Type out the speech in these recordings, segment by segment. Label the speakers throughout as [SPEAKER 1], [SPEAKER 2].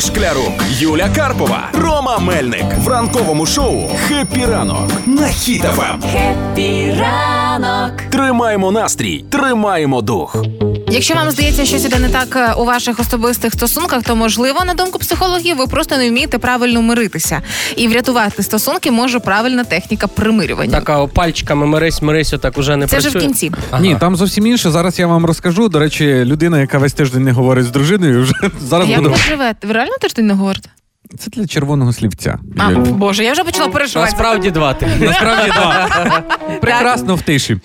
[SPEAKER 1] Шклярук, Юля Карпова, Рома Мельник в ранковому шоу «Хеппі ранок» на Хіт-ФМ.
[SPEAKER 2] Хеппі ранок.
[SPEAKER 1] Тримаємо настрій, тримаємо дух.
[SPEAKER 3] Якщо вам здається, щось іде не так е, у ваших особистих стосунках, то можливо, на думку психологів, ви просто не вмієте правильно миритися. І врятувати стосунки може правильна техніка примирювання.
[SPEAKER 4] Така о, пальчиками мирись, мирись, отак уже не
[SPEAKER 3] Це вже
[SPEAKER 4] працює.
[SPEAKER 3] в кінці.
[SPEAKER 4] Ага.
[SPEAKER 5] Ні, там зовсім інше. Зараз я вам розкажу. До речі, людина, яка весь тиждень не говорить з дружиною, вже зараз
[SPEAKER 3] Як
[SPEAKER 5] буде.
[SPEAKER 3] ви живете? Ви реально тиждень не говорите?
[SPEAKER 5] Це для червоного слівця.
[SPEAKER 3] А,
[SPEAKER 5] Юль.
[SPEAKER 3] боже, я вже почала
[SPEAKER 5] Ну,
[SPEAKER 3] переживати.
[SPEAKER 4] Насправді Ну, два ти.
[SPEAKER 5] Насправді так. Прекрасно в тиші.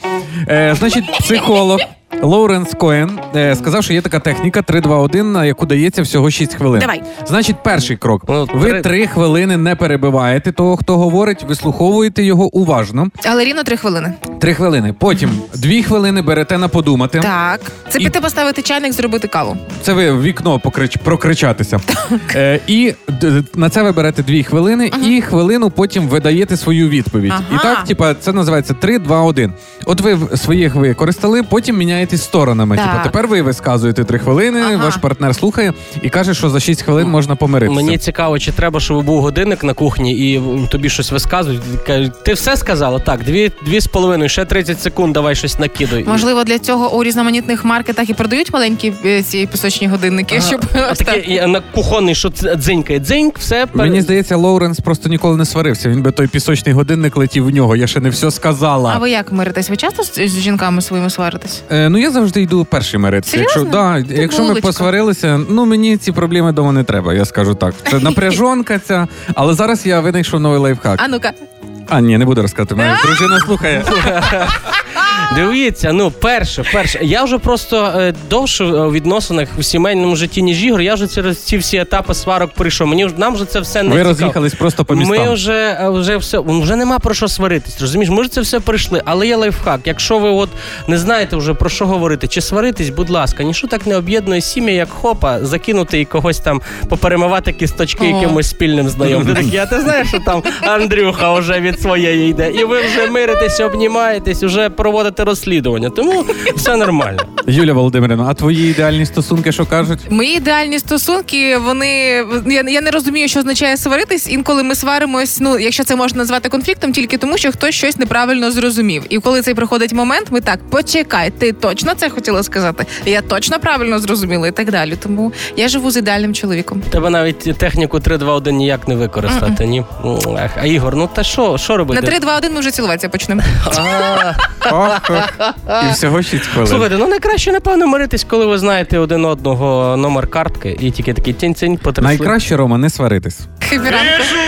[SPEAKER 5] Е, значить, психолог Лоуренс Коен е, сказав, що є така техніка 3-2-1, на яку дається всього 6 хвилин.
[SPEAKER 3] Давай.
[SPEAKER 5] Значить, перший крок.
[SPEAKER 4] Ну,
[SPEAKER 5] Ви
[SPEAKER 4] три-
[SPEAKER 5] 3 хвилини не перебиваєте того, хто говорить, вислуховуєте його уважно.
[SPEAKER 3] Але рівно три хвилини.
[SPEAKER 5] 3 хвилини. Потім 2 хвилини берете на подумати.
[SPEAKER 3] Так. Це
[SPEAKER 5] І-
[SPEAKER 3] піти поставити чайник, зробити каву.
[SPEAKER 5] Це ви в вікно покрич... прокричатися. Е, і д- на це ви берете дві хвилини, і хвилину потім ви даєте свою відповідь.
[SPEAKER 3] Ага.
[SPEAKER 5] І так, типа, це називається 3, 2, 1. От ви в- своїх використали, потім міняєтесь сторонами.
[SPEAKER 3] Так.
[SPEAKER 5] Типа, тепер ви висказуєте 3 хвилини,
[SPEAKER 3] Ага.
[SPEAKER 5] ваш партнер слухає і каже, що за 6 хвилин можна помиритися.
[SPEAKER 4] Мені цікаво, чи треба, щоб був годинник на кухні і м, тобі щось висказують. Ти кажеш, Ти все сказала? Так, дві, дві з половиною, ще 30 секунд, давай щось накидай.
[SPEAKER 3] Можливо, для цього у різноманітних маркетах і продають маленькі е, ці пісочні годинники,
[SPEAKER 5] Е,
[SPEAKER 3] щоб
[SPEAKER 4] А таке і на кухонний, що ц- дзенькає, дзеньк, все пер-
[SPEAKER 5] Мені здається, Лоуренс просто ніколи не сварився. Він би той пісочний годинник летів в нього. Я ще не все сказала.
[SPEAKER 3] А ви як миритесь? Ви часто з, з жінками своїми сваритесь?
[SPEAKER 5] Е, ну я завжди йду перший миритися.
[SPEAKER 3] Серйозно?
[SPEAKER 5] Якщо, да,
[SPEAKER 3] Ти
[SPEAKER 5] якщо ми
[SPEAKER 3] булочка.
[SPEAKER 5] посварилися, ну мені ці проблеми дома не треба, я скажу так. Це напряжонка ця. Але зараз я винайшов новий лайфхак.
[SPEAKER 3] А ну-ка,
[SPEAKER 5] А ні, не буду розказати. Моя дружина слухає.
[SPEAKER 4] Дивіться, ну перше, перше. Я вже просто е, довше в відносинах у сімейному житті, ніж ігор. Я вже через ці всі етапи сварок прийшов. Мені ж- нам вже це все не
[SPEAKER 5] Ви
[SPEAKER 4] цікаво.
[SPEAKER 5] роз'їхались просто по
[SPEAKER 4] Ми
[SPEAKER 5] містам.
[SPEAKER 4] вже, е, вже все, вже нема про що сваритись. Розумієш, ми ж це все прийшли, але є лайфхак. Якщо ви от не знаєте вже про що говорити, чи сваритись, будь ласка, ніщо так не об'єднує сім'ї, як хопа, закинути і когось там поперемивати кісточки
[SPEAKER 3] О.
[SPEAKER 4] якимось спільним знайомим. Ти такий, а ти знаєш, що там Андрюха вже від своєї йде, і ви вже миритесь, обнімаєтесь, вже проводите розслідування. Тому все нормально.
[SPEAKER 5] Юля Володимирівна, а твої ідеальні стосунки, що кажуть?
[SPEAKER 3] мої ідеальні стосунки, вони я, я не розумію, що означає сваритись. Інколи ми сваримось, ну якщо це можна назвати конфліктом, тільки тому, що хтось щось неправильно зрозумів. І коли цей приходить момент, ми так почекай, ти точно це хотіла сказати. Я точно правильно зрозуміла і так далі. Тому я живу з ідеальним чоловіком.
[SPEAKER 4] Тебе навіть техніку 3-2-1 ніяк не використати. Ні. М, ех. А Ігор, ну та що, що робити?
[SPEAKER 3] На 3, 2, 1 ми вже цілуватися почнемо.
[SPEAKER 4] А.
[SPEAKER 5] Ох, ох. І всього 6 хвилин.
[SPEAKER 4] Слухайте, ну найкраще, напевно, миритись, коли ви знаєте один одного номер картки і тільки такий тінь-тінь потрясли.
[SPEAKER 5] Найкраще, Рома, не сваритись.
[SPEAKER 3] Хибіранка.